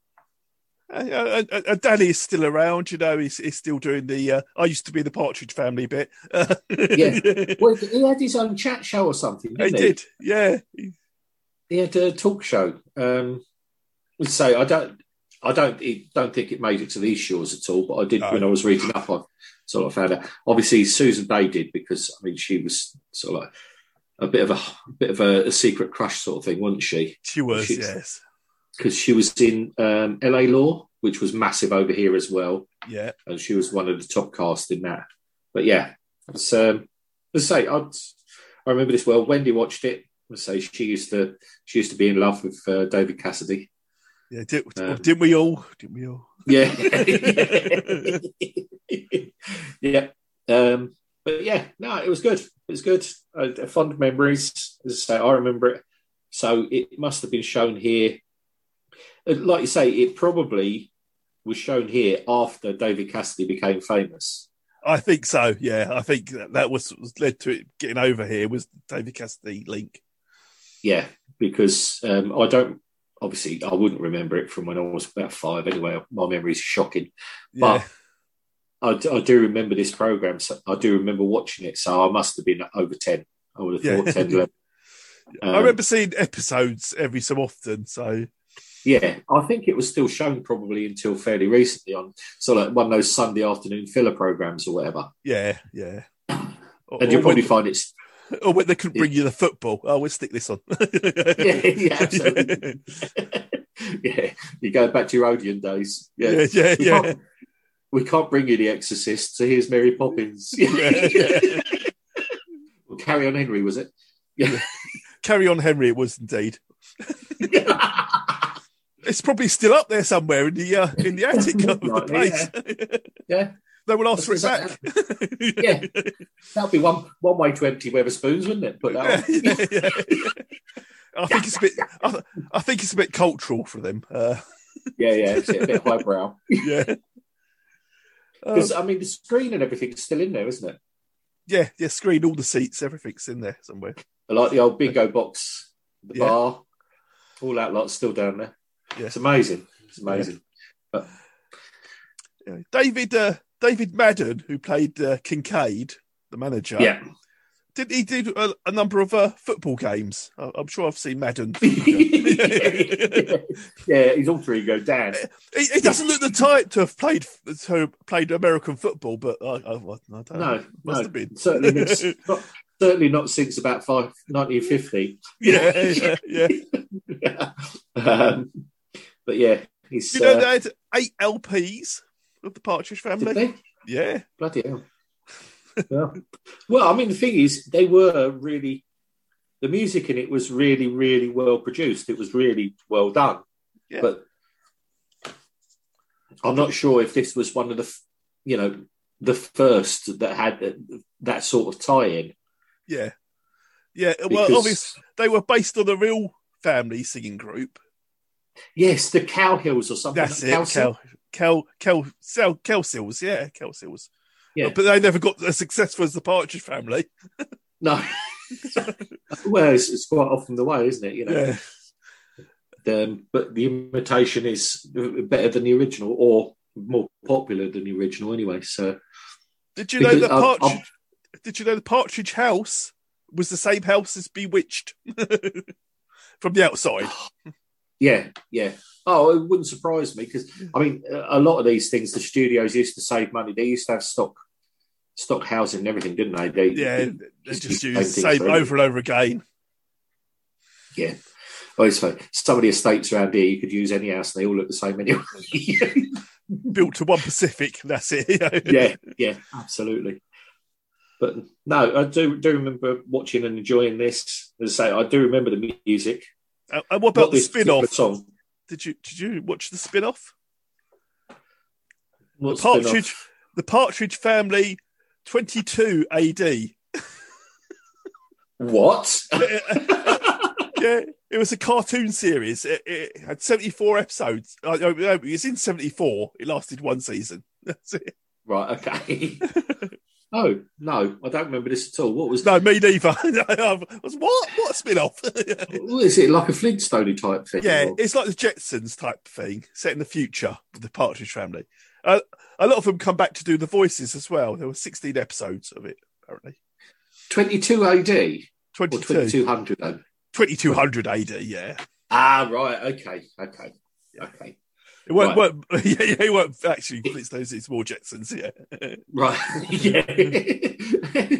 S3: And, and, and- and Danny is still around, you know. He's, he's still doing the. Uh, I used to be the Partridge Family bit.
S4: Yeah, well, he had his own chat show or something.
S3: He
S4: Didn't he,
S3: did, yeah.
S4: He had a talk show. Um, so I don't, I don't, I don't think it made it to these shores at all. But I did when I was reading up. I sort of found out. Obviously, Susan Bay did because I mean she was sort of like a bit of a, a bit of a, a secret crush sort of thing, wasn't she?
S3: She was,
S4: She's-
S3: yes.
S4: Because she was in um, L.A. Law, which was massive over here as well
S3: Yeah.
S4: and she was one of the top cast in that. But yeah, it's um, let's say I I remember this well. Wendy watched it. Let's say she used to she used to be in love with uh, David Cassidy.
S3: Yeah, did,
S4: Um,
S3: didn't we all? Didn't we all?
S4: Yeah, yeah. Um, but yeah, no, it was good. It was good. Uh, fond memories. As I say, I remember it. So it must have been shown here. Uh, Like you say, it probably was shown here after David Cassidy became famous.
S3: I think so. Yeah, I think that, that was, was led to it getting over here was David Cassidy link.
S4: yeah, because um, I don't obviously I wouldn't remember it from when I was about five anyway. My memory is shocking,
S3: Yeah.
S4: but I, d- I do remember this program. So I do remember watching it. So I must have been over ten. I would have
S3: Yeah.
S4: thought 10, 11.
S3: I
S4: Um,
S3: remember seeing episodes every so often. So
S4: Yeah, I think it was still shown probably until fairly recently on so like one of those Sunday afternoon filler programs or whatever.
S3: yeah, yeah. Or,
S4: And you'll
S3: or when-
S4: probably find it's
S3: or when Oh, they could bring you the football. Oh, we'll stick this on.
S4: yeah, yeah, absolutely. yeah, you go back to your Odeon days. Yeah,
S3: Yeah, yeah,
S4: we,
S3: yeah.
S4: Can't, we can't bring you The Exorcist, so here's Mary Poppins.
S3: Yeah, yeah.
S4: Well, Carry on, Henry, was it?
S3: Carry on, Henry. It was indeed. it's probably still up there somewhere in the uh, in the attic of the
S4: Right,
S3: place.
S4: Yeah,
S3: No one asked for it back.
S4: yeah. That'd be one one way to empty Weatherspoons, wouldn't it? Put that on.
S3: Yeah, yeah, yeah. I think it's a bit. I, th- I think it's a bit cultural for them. Uh,
S4: Yeah, yeah, it's a bit highbrow.
S3: yeah. Oh. Um,
S4: Because I mean, the screen and everything's still in there, isn't it?
S3: Yeah, yeah, screen, all the seats, everything's in there somewhere.
S4: I like the old bingo box, the
S3: Yeah.
S4: bar, all that lot's still down there.
S3: Yeah.
S4: It's amazing. It's amazing. But
S3: Anyway, David uh, David Madden, who played uh, Kincaid, the manager.
S4: Yeah.
S3: Did he did a, a number of uh, football games? I, I'm sure I've seen Madden.
S4: yeah, he's all three go down.
S3: He, he doesn't look the type to have played to have played American football, but I, I, I don't know.
S4: No,
S3: Uh, must
S4: no,
S3: have been
S4: certainly not, not- certainly not since about five, 1950.
S3: yeah, yeah,
S4: yeah. Um, but yeah, he's
S3: you know
S4: uh,
S3: they had eight LPs of the Partridge Family.
S4: Did
S3: Yeah,
S4: bloody hell. yeah. Well, I mean, the thing is, they were really the music in it was really, really well produced. It was really well done.
S3: Yeah.
S4: But I'm not sure if this was one of the, f- you know, the first that had that- that sort of tie-in.
S3: yeah, yeah.
S4: Because-
S3: Well, obviously they were based on a real family singing group.
S4: Yes, the Cow Hills or something.
S3: That's it.
S4: Cowsill?
S3: Kel, Kel, Kel, Kel, Kelsills. Yeah, Kelsills.
S4: Yeah.
S3: But they never got as successful as the Partridge Family.
S4: No. well, it's, it's quite often the way, isn't it? You know.
S3: Yeah.
S4: Um, but the imitation is better than the original, or more popular than the original, anyway. So
S3: Did you know
S4: Because
S3: the
S4: I'm-
S3: Partridge? Did you know the Partridge House was the same house as Bewitched from the outside?
S4: yeah, yeah. Oh, it wouldn't surprise me because I mean, a lot of these things, the studios used to save money. They used to have stock, stock housing and everything, didn't they? They
S3: Yeah,
S4: they-
S3: they just
S4: same
S3: used the same
S4: things for everything.
S3: over and over again.
S4: Yeah. Well, it's fine. Some of the estates around here, you could use any house, and they all look the same anyway.
S3: Built to one Pacific. That's it. you know.
S4: yeah, yeah, absolutely. But no, I do do remember watching and enjoying this. As I say, I do remember the music.
S3: Uh, And- And what about the
S4: this particular
S3: spin-off?
S4: song?
S3: Did you did you watch the spin-off? the
S4: What spin-off?
S3: Partridge, the Partridge Family, twenty-two AD.
S4: What?
S3: yeah, it was a cartoon series. It, it had 74 episodes. Uh, I- I- I- It's in 74. It lasted one season. That's it.
S4: Right. Okay. oh no, I don't remember this at all. What was?
S3: No, me neither. I was, what? What a spin off?
S4: What is it like a Flintstone type thing?
S3: yeah,
S4: or-
S3: it's like the Jetsons type thing, set in the future with the Partridge family. Uh, a lot of them come back to do the voices as well. There were 16 episodes of it, apparently.
S4: 22 AD or
S3: 22,
S4: 2200 AD?
S3: 2200 AD, yeah.
S4: Ah, right. Okay. Okay. Okay.
S3: It weren't,
S4: Right.
S3: weren't- yeah, yeah, it weren't actually Flintstones, it's more Jetsons, yeah.
S4: Right. yeah.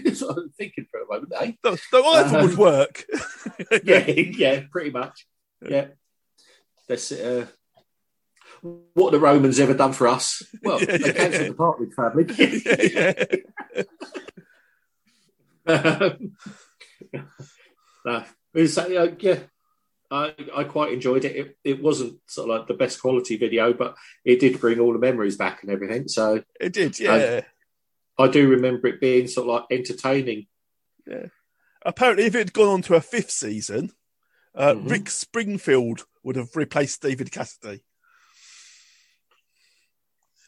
S4: That's what I'm thinking for a moment, eh?
S3: No, no either
S4: Um,
S3: would work.
S4: yeah, yeah, pretty much. Yeah. That's uh, what the Romans ever done for us. Well,
S3: Yeah,
S4: they
S3: yeah.
S4: cancelled the Partridge family.
S3: yeah.
S4: Um, no, it was, uh, yeah, yeah, I, I quite enjoyed it. it. It wasn't sort of like the best quality video, but it did bring all the memories back and everything. So
S3: It did, yeah.
S4: I do remember it being sort of like entertaining.
S3: Apparently, if it had gone on to a fifth season, uh,
S4: Mm-hmm.
S3: Rick Springfield would have replaced David Cassidy.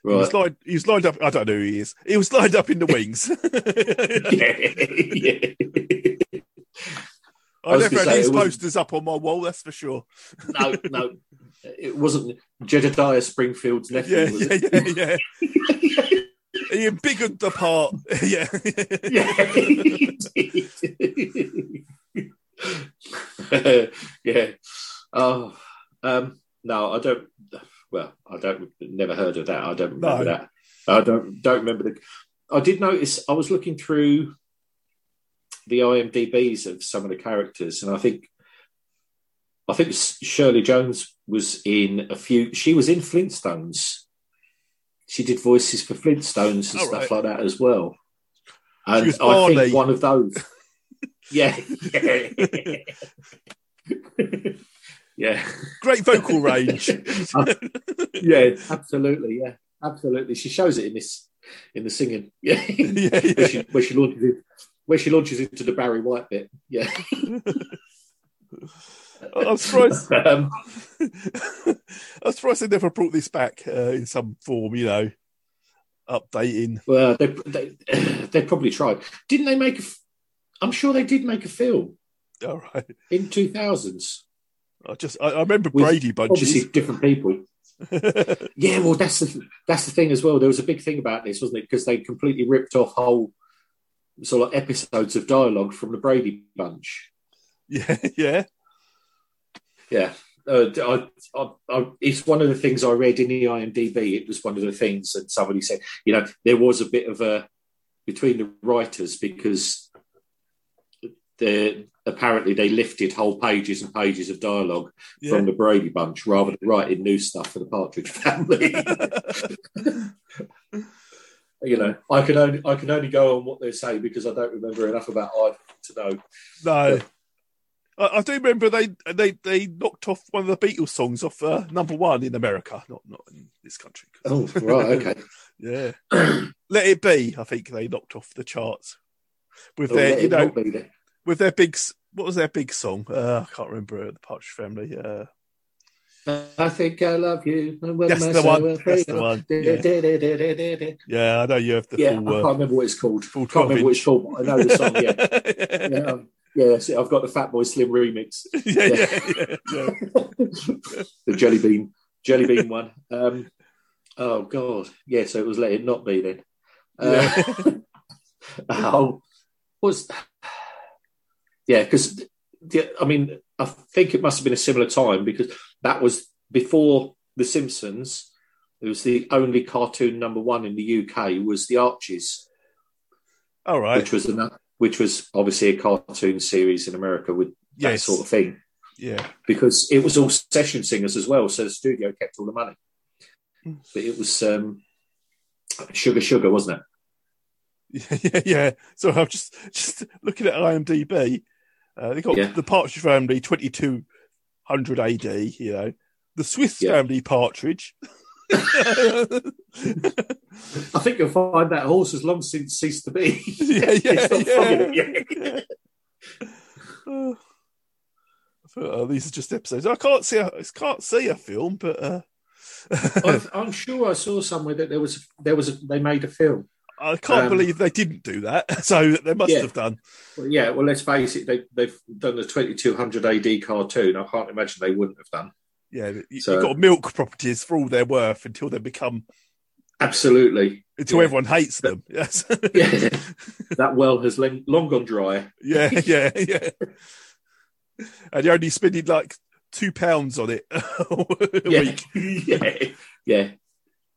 S3: He, was
S4: Right.
S3: lined, he was lined up. I don't know who he is. He was lined up in the wings.
S4: yeah. yeah.
S3: I,
S4: was
S3: never
S4: gonna
S3: had
S4: say,
S3: these
S4: it wasn't-
S3: posters up on my wall, that's for sure.
S4: No, no, it wasn't Jedediah Springfield's nephew,
S3: Yeah,
S4: was
S3: yeah,
S4: it?
S3: yeah, yeah. he embiggened the part. yeah.
S4: yeah. yeah. Oh, um, no, I don't. Well, I don't. Never heard of that. I don't
S3: No.
S4: remember that. I don't. Don't remember the. I did notice. I was looking through the IMDb's of some of the characters, and I think, I think Shirley Jones was in a few. She was in Flintstones. She did voices for Flintstones and
S3: All right.
S4: stuff like that as well. And
S3: was
S4: I
S3: Barney.
S4: think one of those. yeah. Yeah. yeah.
S3: Great vocal range.
S4: Yeah. Absolutely. Yeah. Absolutely. She shows it in this in the singing. Yeah.
S3: yeah,
S4: where,
S3: yeah.
S4: she, where she launches it. Where she launches into the Barry White bit, yeah.
S3: I'm surprised
S4: Um,
S3: I was surprised they never brought this back uh, in some form, you know, updating.
S4: well, they, they they probably tried. Didn't they make? A f- I'm sure they did make a film.
S3: All right.
S4: In two thousands.
S3: I just I, I remember
S4: with
S3: Brady Bunches.
S4: Obviously, different people. yeah, well, that's the that's the thing as well. There was a big thing about this, wasn't it? Because they completely ripped off whole sort of episodes of dialogue from the Brady Bunch.
S3: Yeah, yeah,
S4: yeah. Uh, I, I, I, it's one of the things I read in the IMDb. It was one of the things that somebody said. You know, there was a bit of a between the writers because the apparently they lifted whole pages and pages of dialogue
S3: Yeah.
S4: from the Brady Bunch rather than writing new stuff for the Partridge Family. you know, I can only I can only go on what they say because I don't remember enough about either to know.
S3: No. I, I do remember they they they knocked off one of the Beatles songs off uh, number one in America, not not in this country.
S4: Oh, right, okay.
S3: yeah. Let it be. I think they knocked off the charts with
S4: Oh,
S3: their
S4: Let
S3: you
S4: It
S3: know
S4: Not Be Then.
S3: with their big s- what was their big song? Uh, I can't remember the Partridge Family. Uh,
S4: I think I love you. and when
S3: That's
S4: my
S3: the
S4: soul
S3: one.
S4: will
S3: That's
S4: free-
S3: the one.
S4: Da-
S3: Yeah.
S4: da- da- da- da- da- da.
S3: yeah, I know you have the
S4: Yeah,
S3: full
S4: I
S3: word.
S4: can't remember what it's called.
S3: Full
S4: can't remember
S3: 12
S4: what it's called, but I know the song. Yeah, yeah, um, yeah see, I've got the Fat Boy Slim remix.
S3: yeah, yeah, yeah, yeah.
S4: the Jelly Bean, Jelly Bean one. Um, oh God, yeah. So it was Let It Not Be then. Uh, oh, was yeah, because I mean, I think it must have been a similar time because that was before The Simpsons. It was the only cartoon number one in the UK was The Archies.
S3: All right.
S4: which was another, which was obviously a cartoon series in America with that
S3: Yes.
S4: sort of thing
S3: yeah.
S4: because it was all session singers as well, so the studio kept all the money. But it was um, Sugar Sugar, wasn't it?
S3: yeah, yeah. So I'm just just looking at IMDb. Uh, they got
S4: Yeah.
S3: the Partridge Family 2200 AD. You know, the Swiss Family Partridge.
S4: I think you'll find that horse has long since ceased to be.
S3: Yeah, yeah,
S4: It's not fucking-
S3: yeah. Uh, I thought, oh, these are just episodes. I can't see. A, I can't see a film, but uh,
S4: I've, I'm sure I saw somewhere that there was there was a, they made a film.
S3: I can't
S4: Um,
S3: believe they didn't do that. So they must
S4: Yeah.
S3: have done.
S4: Well, yeah, well, let's face it, they, they've done the 2200 AD cartoon. I can't imagine they wouldn't have done.
S3: Yeah, you, you've
S4: So-
S3: got to milk properties for all their worth until they become
S4: Absolutely.
S3: until
S4: Yeah.
S3: everyone hates them. Yes.
S4: Yeah. that well has len- long gone dry.
S3: Yeah, yeah, yeah. and you're only spending like two pounds on it a
S4: Yeah.
S3: week.
S4: yeah. Yeah.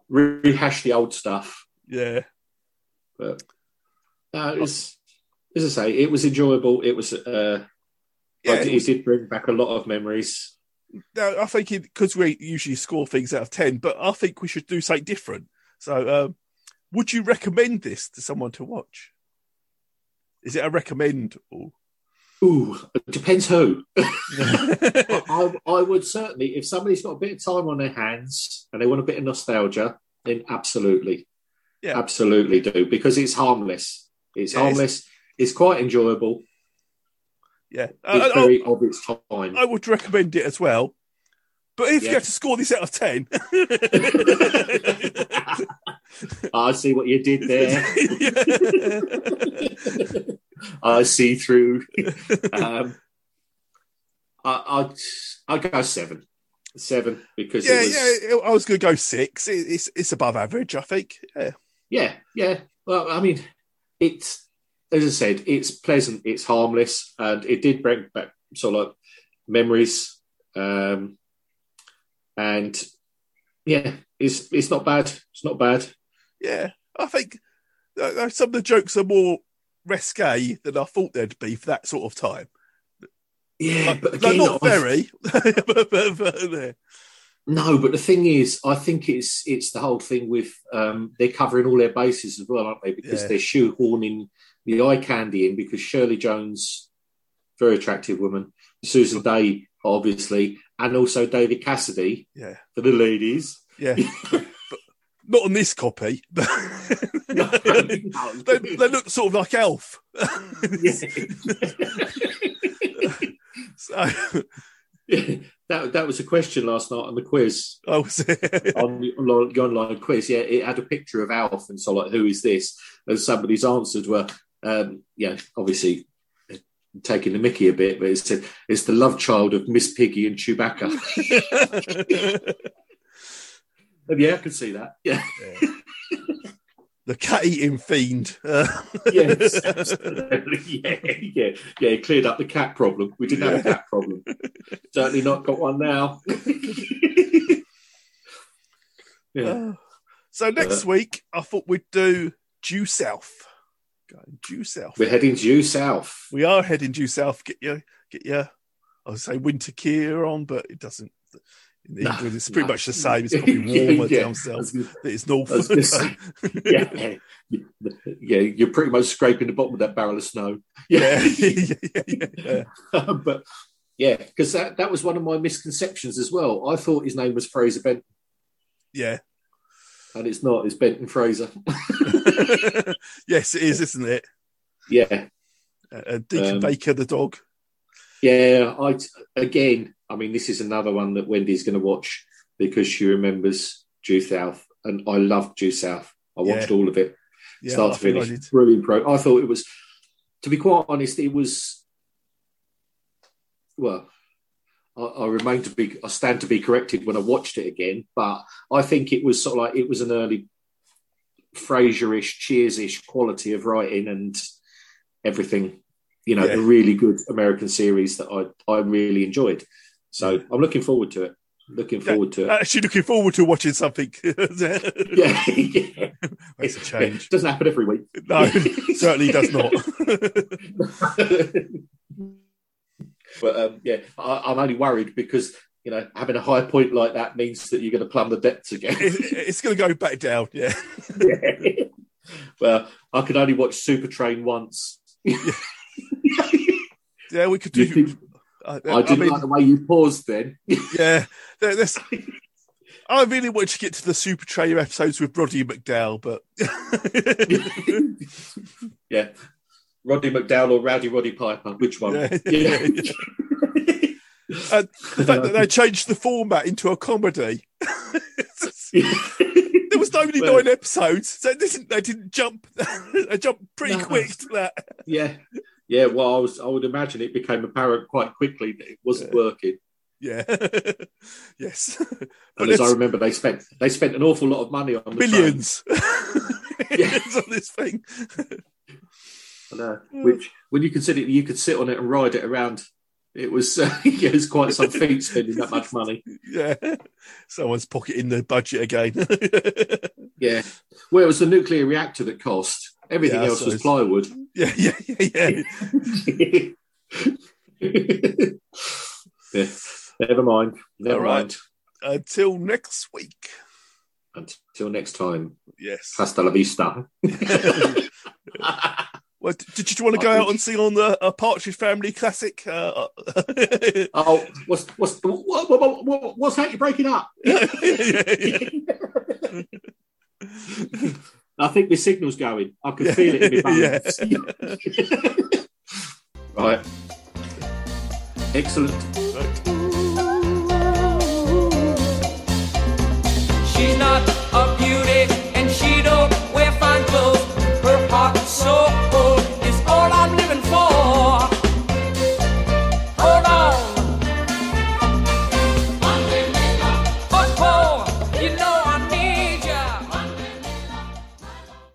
S4: Rehash the old stuff.
S3: Yeah,
S4: But uh, it was, as I say, it was enjoyable. It was, uh,
S3: Yeah,
S4: like,
S3: it
S4: it,
S3: was-
S4: did bring back a lot of memories.
S3: now I think because we usually score things out of ten, but I think we should do something different. So, um, would you recommend this to someone to watch? Is it a recommend? Or
S4: Ooh, it depends who. I, I would certainly, if somebody's got a bit of time on their hands and they want a bit of nostalgia, then absolutely,
S3: Yeah.
S4: absolutely do because it's harmless. It's
S3: Yeah, it's-
S4: harmless. It's, quite enjoyable.
S3: yeah,
S4: It's
S3: I- I-
S4: very of its time.
S3: I would recommend it as well. But if you
S4: Yeah.
S3: had to score this out of ten, oh.
S4: I see what you did there. I see through. um, I, I I go seven, seven because
S3: yeah,
S4: it was,
S3: yeah, I was going to go six. It, it's it's above average, I think. Yeah,
S4: yeah, yeah. Well, I mean, it's as I said, it's pleasant, it's harmless, and it did bring back sort of like memories. Um, and yeah, it's it's not bad. It's not bad.
S3: yeah. I think uh, uh, some of the jokes are more risque than I thought they'd be for that sort of time.
S4: Yeah,
S3: Like-
S4: but
S3: like,
S4: again,
S3: not
S4: I-
S3: very. but, but, but, yeah.
S4: No, but the thing is, I think it's it's the whole thing with um, they're covering all their bases as well, aren't they? Because
S3: Yeah.
S4: they're shoehorning the eye candy in because Shirley Jones, very attractive woman, Susan Day, obviously, and also David Cassidy
S3: yeah,
S4: for the ladies.
S3: yeah. but not on this copy. they, they look sort of like Elf.
S4: Yeah.
S3: So,
S4: That that was a question last night on the quiz.
S3: Oh, was it?
S4: on the online, the online quiz, yeah, it had a picture of Alf and so like, who is this? And somebody's answered were, um, yeah, obviously uh, taking the Mickey a bit, but it said it's the love child of Miss Piggy and Chewbacca. and yeah, I can see that. Yeah.
S3: The cat eating fiend. Uh,
S4: yes, absolutely. Yeah, yeah, yeah. It cleared up the cat problem. We didn't have a cat problem. Certainly not got one now. yeah.
S3: Oh. so next
S4: Uh,
S3: week, I thought we'd do due south. Going due south.
S4: We're heading due south.
S3: We are heading due south. Get your get your. I would say winter gear on, but it doesn't. In
S4: No,
S3: England, it's pretty
S4: no.
S3: much the same. It's probably warmer
S4: Yeah, yeah.
S3: down
S4: I
S3: south
S4: was
S3: than
S4: gonna-
S3: it is
S4: I was
S3: north.
S4: gonna say, yeah, yeah, you're pretty much scraping the bottom of that barrel of snow. Yeah, but yeah, because that, that was one of my misconceptions as well. I thought his name was Fraser Benton,
S3: yeah.
S4: and it's not. It's Benton Fraser.
S3: Yes, it is, isn't it?
S4: yeah,
S3: Uh, uh, Deacon
S4: Um,
S3: Baker, the dog.
S4: yeah. I again, I mean, this is another one that Wendy's going to watch because she remembers Due South, and I love Due South. I watched
S3: Yeah.
S4: all of it.
S3: Yeah,
S4: start
S3: I
S4: to
S3: think I
S4: finish.
S3: did.
S4: Brilliant pro. I thought it was, to be quite honest, it was. Well, I, I remain to be. I stand to be corrected when I watched it again, but I think it was sort of like it was an early Frasier-ish, Cheers-ish quality of writing and everything. You know,
S3: Yeah.
S4: a really good American series that I I really enjoyed. So I'm looking forward to it. Looking forward to it.
S3: Actually, looking forward to watching something. yeah,
S4: yeah, yeah.
S3: That's a change.
S4: doesn't happen every week.
S3: No, certainly does not.
S4: But um, yeah, I, I'm only worried because you know having a high point like that means that you're going to plumb the depths again.
S3: It- it's going to go back down. Yeah.
S4: well, I can only watch Super Train once.
S3: Yeah, we could
S4: You
S3: do.
S4: think-
S3: I,
S4: I didn't like the way you paused then.
S3: yeah, there- there's- I really wanted to get to the Super Trainer episodes with Roddy McDowell, but
S4: yeah, Roddy McDowell or Rowdy Roddy Piper, which one?
S3: Yeah.
S4: Yeah.
S3: and the fact that they changed the format into a comedy. there was only
S4: Well-
S3: nine episodes, so they didn't, they didn't jump. they jumped pretty
S4: No.
S3: quick to that.
S4: yeah, yeah. Well, I was. I would imagine it became apparent quite quickly that it wasn't working.
S3: Yeah. yes.
S4: And
S3: But
S4: as I
S3: let's-
S4: remember, they spent they spent an awful lot of money on the train.
S3: Millions. Millions on this thing.
S4: I know. Which, when you consider it, you could sit on it and ride it around. It was uh, yeah, it was quite some feat spending that much money.
S3: Yeah. Someone's pocketing the budget again.
S4: Yeah, well, it was the nuclear reactor that cost. Everything
S3: Yeah, I
S4: else was
S3: suppose.
S4: plywood.
S3: yeah, yeah, yeah, yeah.
S4: Yeah. Never mind. Never
S3: All right.
S4: mind.
S3: Until next week.
S4: Until next time.
S3: Yes.
S4: Hasta la vista.
S3: Well, d- did you want to go out and sing on the uh, Partridge Family classic? Uh,
S4: oh, what's what's what, what, what, what's that? You're breaking up. I think the signal's going. I can feel it in my bones. right. Excellent.